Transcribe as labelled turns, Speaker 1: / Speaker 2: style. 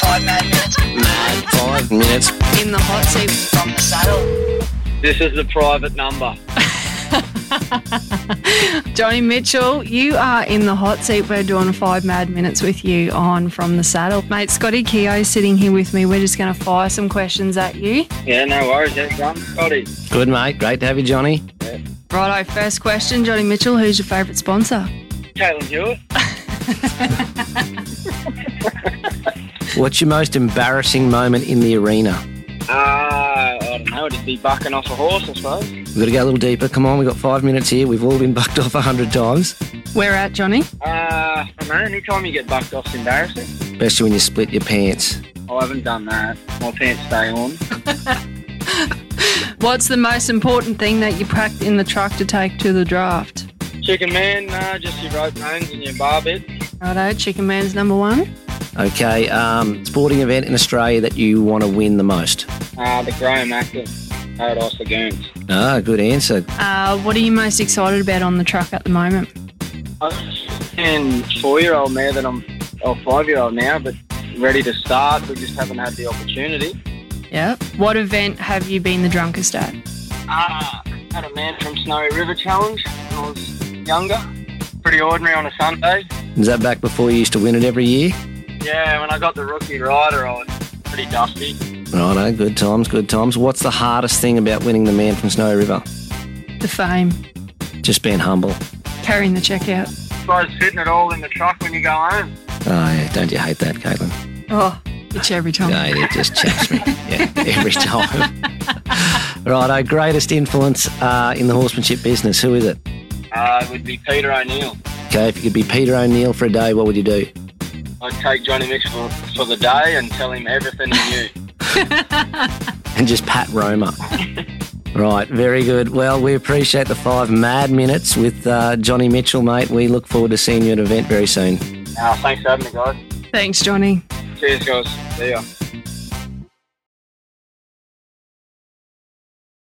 Speaker 1: five mad minutes
Speaker 2: Mad five minutes.
Speaker 3: in the hot seat.
Speaker 1: from the saddle.
Speaker 4: This is the private number.
Speaker 3: Johnny Mitchell, you are in the hot seat. We're doing five mad minutes with you on From the Saddle. Mate, Scotty Keogh sitting here with me. We're just going to fire some questions at you.
Speaker 4: Yeah, no worries. How's it going, Scotty?
Speaker 2: Good, mate. Great to have you, Johnny.
Speaker 3: Righto, first question. Johnny Mitchell, who's your favourite sponsor?
Speaker 4: Caitlin Hewitt.
Speaker 2: What's your most embarrassing moment in the arena?
Speaker 4: Uh, I don't know. It'd be bucking off a horse, I suppose.
Speaker 2: We've got to go a little deeper. Come on, we've got five minutes here. We've all been bucked off a hundred times,
Speaker 3: Where at, Johnny?
Speaker 4: Uh, I don't know. Anytime you get bucked off's embarrassing.
Speaker 2: especially when you split your pants.
Speaker 4: Oh, I haven't done that. My pants stay on.
Speaker 3: What's the most important thing that you packed in the truck to take to the draft?
Speaker 4: Chicken man, nah, just your rope bones and your bar bit.
Speaker 3: Righto, Chicken Man's number one.
Speaker 2: Okay, um, sporting event in Australia that you want to win the most?
Speaker 4: Uh, the Graham Active. Paradise Lagoons.
Speaker 2: Ah, good answer.
Speaker 3: Uh, what are you most excited about on the truck at the moment?
Speaker 4: And four-year-old now that I'm, or five-year-old now, but ready to start. We just haven't had the opportunity.
Speaker 3: Yeah. What event have you been the drunkest at?
Speaker 4: Uh, had a man from Snowy River Challenge when I was younger. Pretty ordinary on a Sunday.
Speaker 2: Is that back before you used to win it every year?
Speaker 4: Yeah, when I got the rookie rider, I was pretty dusty.
Speaker 2: Righto, good times, good times. What's the hardest thing about winning the man from Snowy River?
Speaker 3: The fame.
Speaker 2: Just being humble.
Speaker 3: Carrying the checkout.
Speaker 4: Suppose fitting it all in the truck when you go home.
Speaker 2: Oh, yeah, don't you hate that, Caitlin?
Speaker 3: Oh, it's every time.
Speaker 2: No, it just chaps me. Yeah, every time. Righto, greatest influence uh, in the horsemanship business. Who is it?
Speaker 4: Uh, it would be Peter O'Neill.
Speaker 2: Okay, if you could be Peter O'Neill for a day, what would you do?
Speaker 4: I'd take Johnny Mitchell for the day and tell him everything he knew.
Speaker 2: and just Pat Roma. right, very good. Well, we appreciate the five mad minutes with uh, Johnny Mitchell, mate. We look forward to seeing you at an event very soon.
Speaker 4: Ah, Uh, thanks for having me, guys.
Speaker 3: Thanks, Johnny.
Speaker 4: Cheers, guys. See ya.